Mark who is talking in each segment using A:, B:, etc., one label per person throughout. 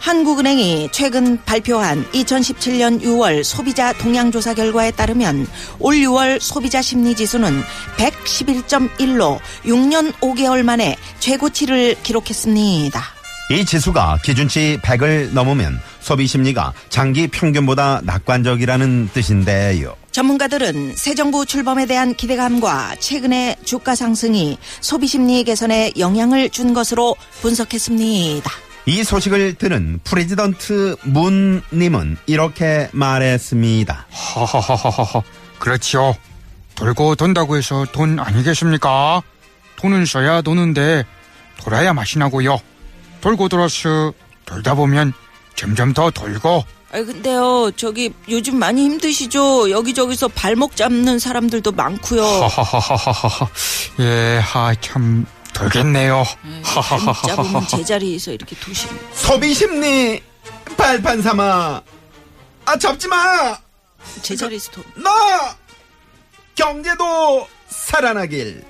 A: 한국은행이 최근 발표한 2017년 6월 소비자 동향조사 결과에 따르면 올 6월 소비자 심리지수는 111.1로 6년 5개월 만에 최고치를 기록했습니다.
B: 이 지수가 기준치 100을 넘으면 소비 심리가 장기 평균보다 낙관적이라는 뜻인데요.
A: 전문가들은 새 정부 출범에 대한 기대감과 최근의 주가 상승이 소비 심리 개선에 영향을 준 것으로 분석했습니다.
B: 이 소식을 들은 프레지던트 문님은 이렇게 말했습니다.
C: 하하하하하. 그렇지요. 돌고 돈다고 해서 돈 아니겠습니까? 돈은 써야 도는데 돌아야 맛이 나고요. 돌고 돌아서 돌다 보면 점점 더 돌고
A: 아 근데요, 저기 요즘 많이 힘드시죠? 여기저기서 발목 잡는 사람들도 많고요.
C: 하하하하하하. 예, 하참 돌겠네요.
A: 발목 잡으면
C: 하하하하하.
A: 제자리에서 이렇게 도시는.
B: 소비 심리 발판 삼아 아 잡지 마.
A: 제자리에서 도.
B: 나 경제도 살아나길.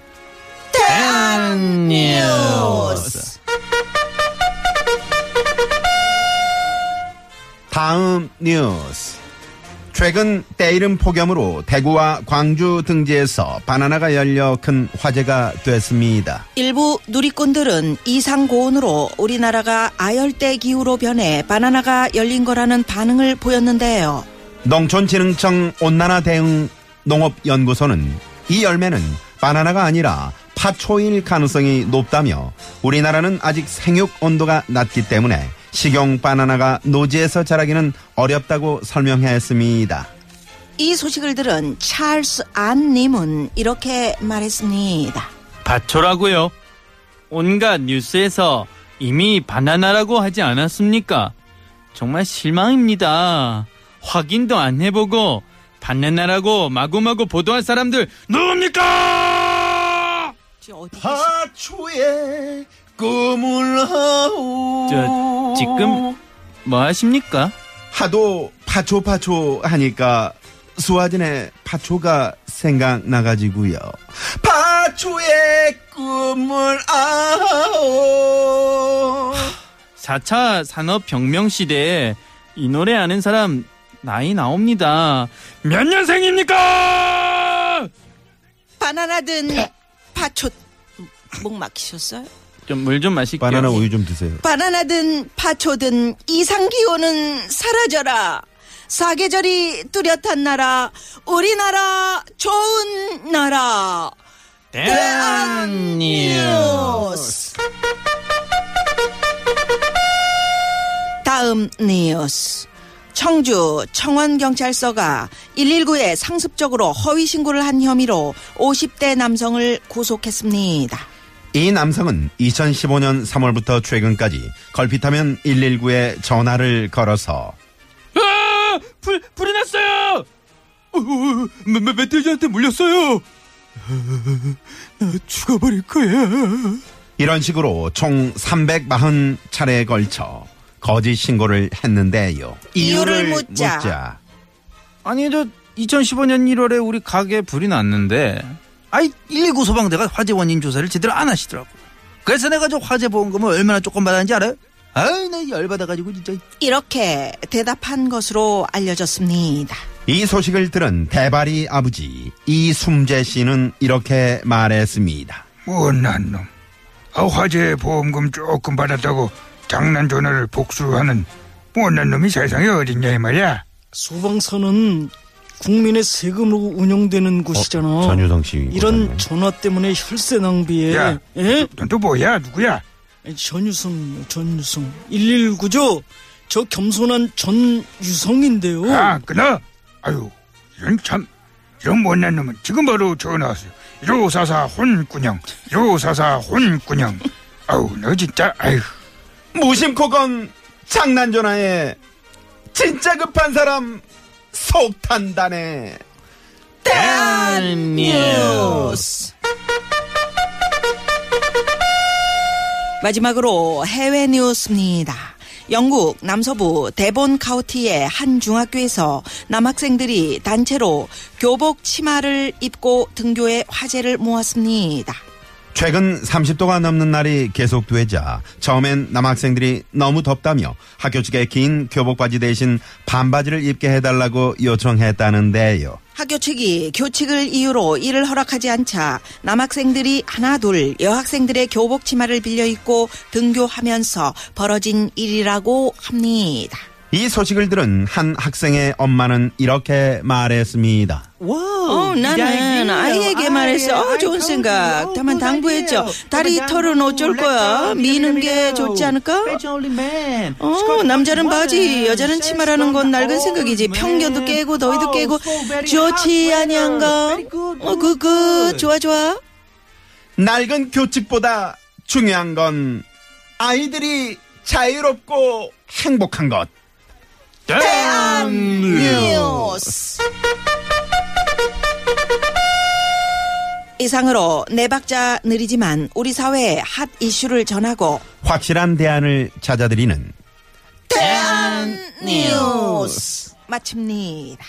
B: 대안 뉴스. 다음 뉴스. 최근 때이른 폭염으로 대구와 광주 등지에서 바나나가 열려 큰 화제가 됐습니다.
A: 일부 누리꾼들은 이상 고온으로 우리나라가 아열대 기후로 변해 바나나가 열린 거라는 반응을 보였는데요.
B: 농촌진흥청 온난화 대응 농업연구소는 이 열매는 바나나가 아니라 파초일 가능성이 높다며 우리나라는 아직 생육 온도가 낮기 때문에 식용 바나나가 노지에서 자라기는 어렵다고 설명했습니다.
A: 이 소식을 들은 찰스 안 님은 이렇게 말했습니다.
D: 바초라고요. 온갖 뉴스에서 이미 바나나라고 하지 않았습니까? 정말 실망입니다. 확인도 안 해보고 바나나라고 마구마구 보도한 사람들 누굽니까?
B: 아! 파초의 꿈을 하오
D: 저, 지금 뭐 하십니까?
B: 하도 파초 파초 하니까 수화진의 파초가 생각나가지고요. 파초의 꿈을 아오.
D: 4차 산업혁명 시대에 이 노래 아는 사람 나이 나옵니다. 몇 년생입니까?
A: 바나나든 파초 목 막히셨어요?
D: 좀 물 좀 마실게요.
B: 바나나 우유 좀 드세요.
A: 바나나든 파초든 이상 기온은 사라져라. 사계절이 뚜렷한 나라, 우리나라 좋은 나라.
D: 네. 대한
A: 뉴스. 다음 뉴스. 청주 청원경찰서가 119에 상습적으로 허위 신고를 한 혐의로 50대 남성을 구속했습니다.
B: 이 남성은 2015년 3월부터 최근까지 걸핏하면 119에 전화를 걸어서
D: 아! 불, 불이 났어요! 어, 어, 매- 매- 멧돼지한테 물렸어요! 나 죽어버릴 거야.
B: 이런 식으로 총 340차례에 걸쳐 거짓 신고를 했는데요.
A: 이유를 묻자.
D: 아니, 저, 2015년 1월에 우리 가게에 불이 났는데,
E: 아이 119 소방대가 화재 원인 조사를 제대로 안 하시더라고. 그래서 내가 저 화재 보험금을 얼마나 조금 받았는지 알아요? 아이 나 열받아가지고 진짜
A: 이렇게 대답한 것으로 알려졌습니다.
B: 이 소식을 들은 대발이 아버지 이숨재 씨는 이렇게 말했습니다.
C: 못난 놈. 아, 화재 보험금 조금 받았다고 장난 전화를 복수하는 못난 놈이 세상에 어딨냐 이 말이야.
F: 소방서는 국민의 세금으로 운영되는 곳이잖아.
B: 어, 전유성 씨
F: 이런 전화 때문에 혈세 낭비에.
C: 야.
F: 예?
C: 넌 또 뭐야 누구야?
F: 전유성, 전유성. 119죠? 저 겸손한 전유성인데요.
C: 아, 끊어. 아유, 이런 참. 이런 못난 놈은 지금 바로 전화 왔어요. 요사사 혼꾸녕. 요사사 혼꾸녕. 아우, 너 진짜, 아휴.
B: 무심코 건 장난 전화에 진짜 급한 사람 속 탄다네.
A: 뉴스. 마지막으로 해외 뉴스입니다. 영국 남서부 데본 카운티의 한 중학교에서 남학생들이 단체로 교복 치마를 입고 등교에 화제를 모았습니다.
B: 최근 30도가 넘는 날이 계속되자 처음엔 남학생들이 너무 덥다며 학교 측에 긴 교복 바지 대신 반바지를 입게 해달라고 요청했다는데요.
A: 학교 측이 교칙을 이유로 이를 허락하지 않자 남학생들이 하나 둘 여학생들의 교복 치마를 빌려 입고 등교하면서 벌어진 일이라고 합니다.
B: 이 소식을 들은 한 학생의 엄마는 이렇게 말했습니다.
A: 어, 나는 아이에게 말했어. 어, 좋은 생각. 다만 당부했죠. Oh, 다리 털은 어쩔 거야? 미는 게 좋지 않을까? 어, 남자는 바지, 여자는 치마라는 건 낡은 생각이지. 편견도 깨고 너희도 깨고 좋지 아니한가? 어, 그, 그, 좋아, 좋아.
B: 낡은 교칙보다 중요한 건 아이들이 자유롭고 행복한 것.
C: 네.
A: 뉴스. 이상으로 네 박자 느리지만 우리 사회의 핫 이슈를 전하고
B: 확실한 대안을 찾아드리는
A: 뉴스 마칩니다.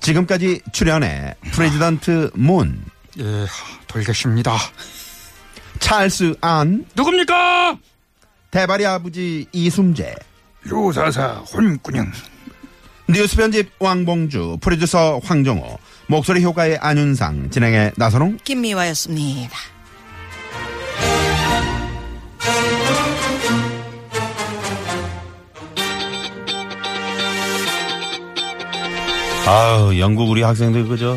B: 지금까지 출연해 프레지던트 문,
C: 예, 하, 돌겠습니다.
B: 찰스 안,
C: 누굽니까?
B: 대발이 아버지 이순재,
C: 요사사 혼꾸녕.
B: 뉴스 편집 왕봉주, 프로듀서 황정호, 목소리 효과의 안윤상, 진행의 나선홍,
A: 김미화였습니다.
B: 아우 영국 우리 학생들 그저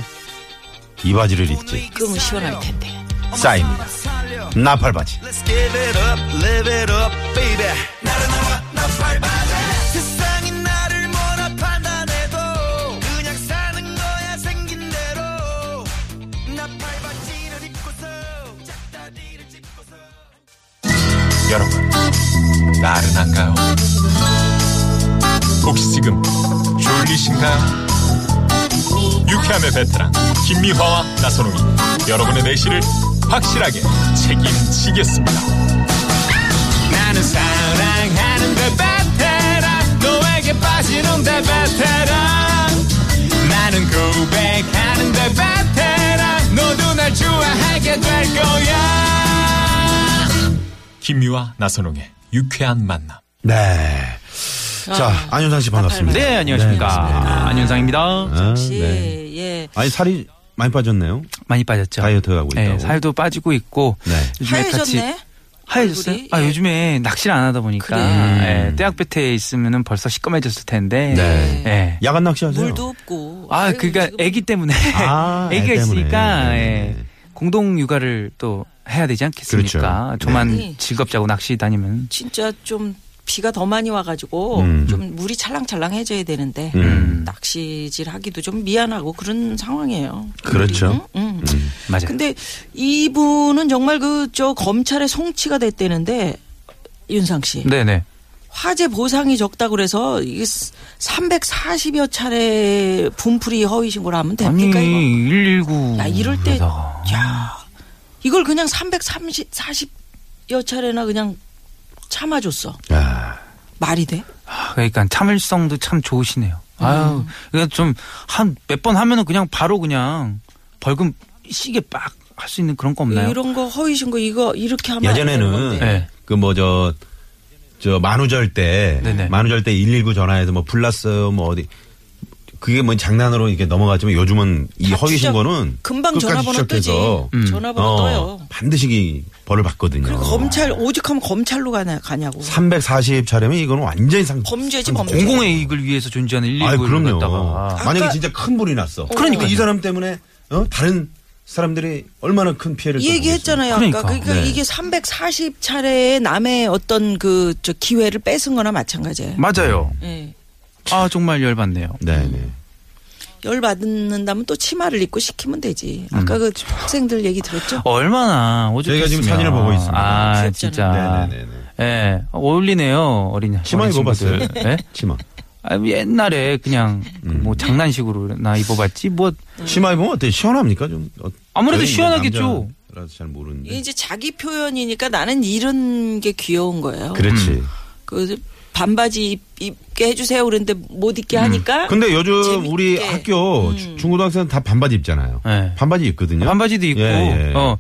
B: 이 바지를 입지
A: 그럼 시원할 텐데.
B: 싸입니다 나팔 바지
G: Let's give it up, live it up, baby. 나른나와 나팔바다. 세상이 나를 뭐라 판단해도 그냥 사는 거야 생긴 대로. 나팔바지를 입고서 짝다리를 짚고서.
H: 여러분, 나른한가요? 혹시 지금 졸리신가요? 유쾌함의 베테랑 김미화와 나선홍이 여러분의 내실을 확실하게 책임지겠습니다. 나는 사랑하는데 베테랑 너에게 빠지는데 베테랑 나는 고백하는데 베테랑 너도 날 좋아하게 될 거야. 김유와 나선홍의 유쾌한 만남.
B: 네자
E: 아,
B: 안윤상 씨 반갑습니다
D: 네, 안녕하십니까. 안윤상입니다.
B: 아,
F: 역시
B: 네.
F: 예.
B: 아니 살이 많이 빠졌네요
E: 많이 빠졌죠.
B: 다이어트 하고 있다고
E: 네, 살도 빠지고 있고
B: 네.
E: 요즘에 같이
A: 하얘졌네.
E: 하얘졌어요?
A: 얼굴이?
E: 아
A: 예.
E: 요즘에 낚시를 안 하다 보니까
A: 그래.
E: 예, 떼약볕에 있으면은 벌써 시꺼매졌을 텐데.
B: 음. 네.
E: 예.
B: 야간 낚시하세요
A: 물도 없고.
E: 아 그러니까 아기 때문에
B: 아, 애
E: 아기가
B: 때문에.
E: 있으니까 예,
B: 네.
E: 공동 육아를 또 해야 되지 않겠습니까?
B: 그렇죠.
E: 저만
A: 네.
E: 즐겁자고 낚시 다니면
A: 진짜 좀 비가 더 많이 와가지고
B: 음.
A: 좀 물이 찰랑찰랑해져야 되는데
B: 음.
A: 낚시질 하기도 좀 미안하고 그런 상황이에요.
B: 그렇죠.
A: 음.
B: 음.
E: 맞아요.
A: 근데 이분은 정말 그 저 검찰의 송치가 됐대는데 윤상 씨
E: 네네.
A: 화재 보상이 적다 그래서 이게 340여 차례 분풀이 허위 신고를 하면
E: 아니
A: 됩니까 이거?
E: 119.
A: 야 이럴 때
E: 에다가.
A: 야, 이걸 그냥 330 40여 차례나 그냥 참아줬어.
B: 아,
A: 말이 돼?
E: 아, 그러니까 참을성도 참 좋으시네요.
A: 음.
E: 아유, 그러니까 좀 한 몇 번 하면은 그냥 바로 그냥 벌금 시게 빡 할 수 있는 그런 거 없나요?
A: 이런 거 허위 신고 이거 이렇게 하면 안 되는
B: 예전에는
A: 건데.
E: 네.
B: 그 뭐 저 저 만우절 때
E: 네네.
B: 만우절 때 119 전화해서 뭐 불났어요 뭐 어디 그게 뭐 장난으로 이렇게 넘어갔지만 요즘은 이
A: 다
B: 허위
A: 추적-
B: 신고는
A: 금방
B: 끝까지
A: 전화번호 뜨지. 음.
B: 추적해서 어,
A: 전화번호 떠요.
B: 반드시 이 벌을 받거든요.
A: 그리고 검찰 오죽하면 검찰로 가냐 가냐고.
B: 340차례면 이건 완전히 상
A: 범죄지 범죄.
E: 공공의 이익을 위해서 존재하는 119를
B: 아, 그럼요.
E: 갖다가
B: 만약에
A: 아까-
B: 진짜 큰 불이 났어.
A: 그러니까요.
B: 이 사람 때문에 어? 다른 사람들이 얼마나 큰 피해를
A: 이 얘기했잖아요.
E: 그러니까.
A: 아까 그러니까
B: 네.
A: 이게 340차례의 남의 어떤 그 저 기회를 뺏은 거나 마찬가지예요.
E: 맞아요.
A: 예.
E: 아 정말 열받네요.
B: 네, 네.
A: 열 받는다면 또 치마를 입고 시키면 되지. 아까 그 학생들 얘기 들었죠?
E: 어. 얼마나 오죽했으면.
B: 저희가 지금 사진을 보고 있습니다.
E: 아
A: 귀엽잖아요.
E: 진짜.
B: 네, 네, 네, 네.
E: 예, 어울리네요, 어린
B: 치마
E: 어린
B: 입어봤어요? 음.
E: 친구들. 예?
B: 치마.
E: 아, 옛날에 그냥 뭐 장난식으로 나 입어봤지 뭐
A: 네.
B: 치마 입으면 어때? 시원합니까? 좀 어,
E: 아무래도
B: 저희
E: 시원하겠죠.
B: 남자라서 잘 모르는데.
A: 이게 이제 자기 표현이니까 나는 이런 게 귀여운 거예요.
B: 그렇지.
E: 음.
A: 그 반바지 입, 입게 해주세요. 그런데 못 입게 하니까.
B: 음. 근데 요즘 우리
A: 재밌게. 음.
B: 학교 주- 중고등학생 다 반바지 입잖아요.
E: 예.
B: 반바지 입거든요.
E: 반바지도 입고
B: 예, 어. 예.
E: 어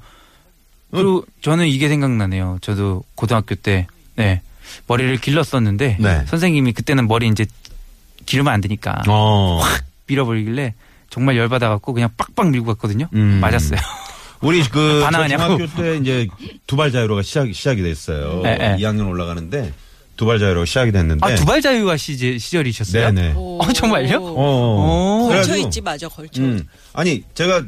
E: 그리고 저는 이게 생각나네요. 저도 고등학교 때 네, 머리를 길렀었는데
B: 네.
E: 선생님이 그때는 머리 이제 기르면 안 되니까
B: 어.
E: 밀어버리길래 정말 열받아갖고 그냥 빡빡 밀고 갔거든요.
B: 음.
E: 맞았어요.
B: 우리 그
E: 반항하냐고.
B: 중학교 때 이제 두발 자유로가 시작 시작이 됐어요.
E: 예, 예.
B: 2학년 올라가는데 두발 자유로 시작이 됐는데.
E: 아 두발 자유화 시제, 시절이셨어요?
B: 네네.
E: 어, 정말요?
B: 어.
A: 걸쳐
B: 그래가지고,
A: 있지 맞아 걸쳐.
B: 음. 아니 제가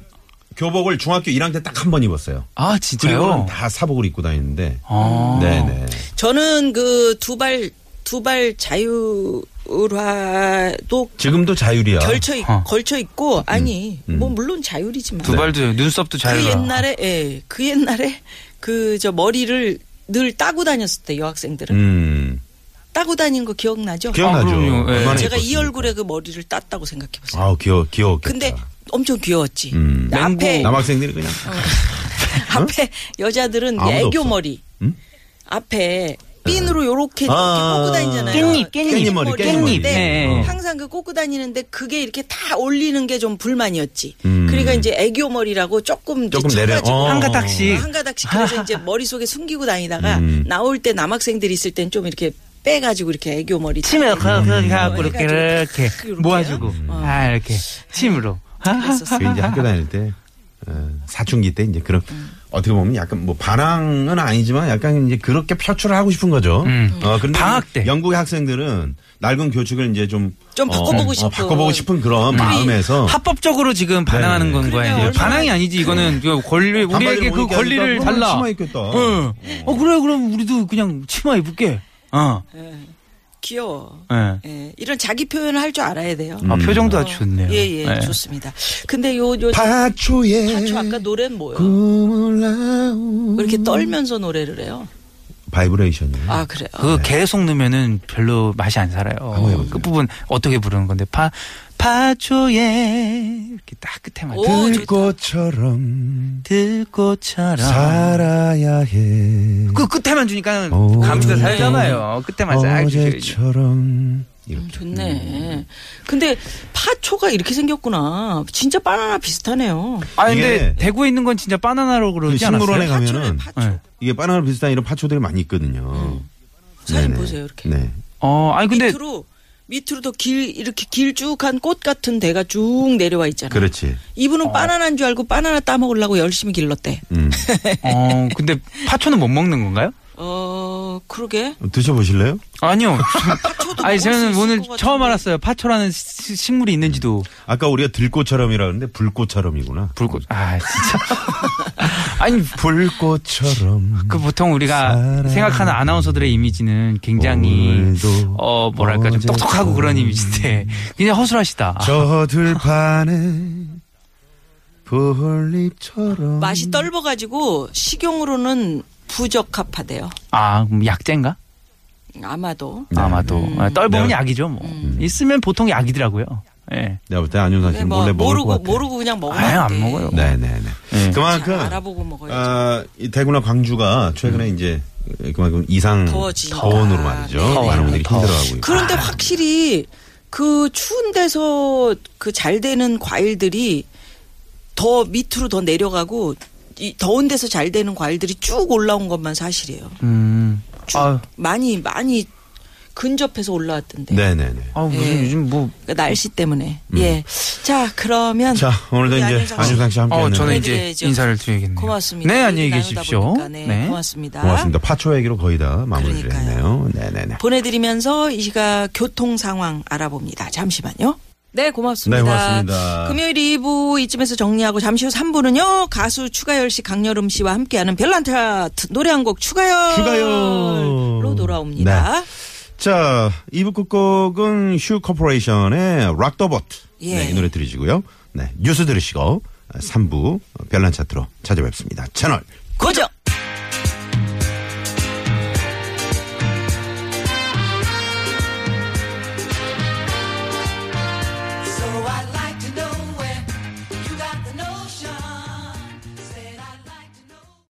B: 교복을 중학교 1학년 때 딱 한 번 입었어요.
E: 아
B: 그리고는
E: 진짜요?
B: 다 사복을 입고 다니는데.
E: 아.
B: 네네.
A: 저는 그 두발 두발 자율화도
B: 지금도 자율이야.
A: 걸쳐 있,
E: 어.
A: 걸쳐 있고 아니
B: 아, 음.
A: 뭐 물론 자율이지만
E: 두발도 눈썹도
A: 그
E: 자유화.
A: 옛날에 예, 그 옛날에 그 저 머리를 늘 따고 다녔을 때 여학생들은
B: 음.
A: 따고 다닌 거 기억나죠?
B: 기억나죠.
E: 아, 그럼요. 예.
B: 얼마나
A: 제가 이
B: 예뻤습니까?
A: 얼굴에 그 머리를 땄다고 생각해 보세요.
B: 아우 귀여 귀여.
A: 근데 엄청 귀여웠지. 그
B: 음.
A: 앞에
B: 남학생들이 그냥
A: 앞에 여자들은
B: 아무도
A: 애교
B: 없어.
A: 머리.
B: 응?
A: 앞에 핀으로 요렇게 이렇게
B: 아,
A: 꽂고 다니잖아요.
E: 깻잎, 깻잎.
B: 깻잎 머리, 깻잎
A: 머리인데
E: 머리. 네.
A: 어. 항상 그 꽂고 다니는데 그게 이렇게 다 올리는 게 좀 불만이었지.
B: 음.
A: 그러니까 이제 애교 머리라고 조금 이제
B: 조금 내려.
A: 쳐가지고
B: 어.
E: 한 가닥씩.
A: 한 가닥씩 그래서 이제 머릿속에 숨기고 다니다가
B: 음.
A: 나올 때 남학생들이 있을 땐 좀 이렇게 빼가지고 이렇게 애교 머리
E: 침에 그렇게 해갖고
A: 음.
E: 이렇게 이렇게
A: 이렇게요? 음.
E: 모아주고 아 이렇게 침으로
A: 그랬었어.
B: 그 이제 학교 다닐 때 어, 사춘기 때 이제 그런 어떻게 보면 약간 뭐 반항은 아니지만 약간 이제 그렇게 표출을 하고 싶은 거죠.
E: 음.
B: 어, 근데
E: 방학 때.
B: 영국의 학생들은 낡은 교칙을 이제 좀,
A: 좀
B: 어,
A: 바꿔보고
B: 어,
A: 싶은.
B: 바꿔보고 싶은 그런
E: 어.
B: 마음에서
E: 합법적으로 지금 반항하는
B: 네.
E: 건 거야 이제
A: 얼마나-
E: 반항이 아니지 이거는 그 권리 우리에게 그 권리를 달라
B: 치마 입겠다.
E: 어. 어 그래 그럼 우리도 그냥 치마 입을게 어
A: 귀여워.
E: 예.
A: 예, 이런 자기 표현을 할 줄 알아야 돼요.
E: 아, 표정도 아주 좋네요
A: 예예
E: 예.
A: 좋습니다. 근데 요요
B: 파초에
A: 다초 아까 노래는 뭐예요?
B: 꿈을 나온
A: 왜 이렇게 떨면서 노래를 해요?
B: 바이브레이션이요.
A: 아 그래요.
E: 그거 계속 넣으면은 별로 맛이 안 살아요 그 부분 어떻게 부르는 건데 파 파초에 이렇게 딱 끝에만
A: 오, 좋다.
B: 들꽃처럼
E: 들꽃처럼
B: 살아야 해.
E: 그 끝에만 주니까
B: 오,
E: 감기가 살잖아요. 끝에만 싹 주셔야지.
B: 어제처럼 이렇게.
A: 좋네. 근데 파초가 이렇게 생겼구나. 진짜 바나나 비슷하네요.
E: 아
B: 이게
E: 근데 대구에 있는 건 진짜 바나나로
B: 그
E: 그러지
B: 식물원에
E: 않았어요?
B: 가면은
E: 예.
B: 이게 바나나 비슷한 이런 파초들이 많이 있거든요.
A: 네.
B: 네,
A: 사진
B: 네네.
A: 보세요, 이렇게.
B: 네.
E: 어, 아니 근데
A: 밑으로 밑으로도 길 이렇게 길쭉한 꽃 같은 데가 쭉 내려와 있잖아요.
B: 그렇지.
A: 이분은
B: 어.
A: 바나나인 줄 알고 바나나 따 먹으려고 열심히 길렀대.
B: 음.
E: 어, 근데 파초는 못 먹는 건가요?
A: 어 그러게.
B: 드셔보실래요?
E: 아니요.
A: 파초도 먹을
E: 아니
A: 수
E: 저는
A: 있을
E: 오늘
A: 것 같은데.
E: 처음 알았어요. 파초라는 시- 식물이 있는지도
B: 아까 우리가 들꽃처럼이라 그러는데 불꽃처럼이구나.
E: 불꽃. 아 진짜. 아니
B: 불꽃처럼.
E: 그 보통 우리가
B: 사랑.
E: 생각하는 아나운서들의 이미지는 굉장히
B: 오늘도
E: 어 뭐랄까 좀
B: 어제처럼.
E: 똑똑하고 그런 이미지인데 그냥 허술하시다.
B: 저 들판에 볼잎처럼.
A: 맛이 떫어가지고 식용으로는 부적합하대요.
E: 아 그럼 약재인가?
A: 아마도.
E: 아마도 아, 떨보면
B: 내가-
E: 약이죠 뭐 있으면 보통 약이더라고요. 예.
B: 내가 볼때 안윤상
A: 근데
B: 씨는
A: 뭐
B: 몰래 먹을
A: 모르고
B: 것 같아.
A: 모르고 그냥 먹으면
E: 아유,
A: 안
E: 안
A: 돼.
E: 먹어요.
B: 네네네.
E: 네.
B: 그만큼
A: 잘 알아보고 먹어야지.
B: 아, 이 대구나 광주가 최근에
E: 음.
B: 이제 그만큼 이상
A: 더워지니까.
B: 더원으로 말이죠.
A: 네.
B: 많은 분들이
E: 더워.
B: 힘들어하고 있고.
A: 그런데 확실히 그 추운 데서 그 잘 되는 과일들이 더 밑으로 더 내려가고 이 더운 데서 잘 되는 과일들이 쭉 올라온 것만 사실이에요.
E: 음.
A: 쭉
E: 아,
A: 많이 많이 근접해서 올라왔던데.
B: 네네네.
E: 아 무슨
A: 예.
E: 요즘 뭐
A: 그러니까 날씨 때문에. 예. 자 그러면
B: 자, 오늘도
A: 우리
B: 이제
A: 네, 안윤상 씨.
B: 안윤상 씨 함께
E: 어,
B: 했는데
E: 저는
A: 그러니까.
E: 이제
A: 보내드려야죠.
E: 인사를 드리겠네요.
A: 네, 고맙습니다.
E: 네,
A: 얘기
E: 안녕히
A: 나누다
E: 계십시오.
A: 보니까. 네,
E: 네.
A: 고맙습니다.
B: 고맙습니다. 파초 얘기로 거의 다 마무리를
A: 그러니까요.
B: 했네요. 네네네.
A: 보내드리면서 이 시각 교통 상황 알아봅니다. 잠시만요. 네, 고맙습니다.
B: 네, 고맙습니다.
A: 금요일 2부 이쯤에서 정리하고 잠시 후 3부는요, 가수 추가열 씨, 강여름 씨와 함께하는 별난 차트 노래 한 곡 추가열.
B: 추가열.
A: 로 돌아옵니다.
B: 자, 2부 끝곡은 휴 코퍼레이션의 락더봇.
A: 예.
B: 네, 이 노래 들으시고요. 네, 뉴스 들으시고 3부 별난 차트로 찾아뵙습니다. 채널
A: 고정!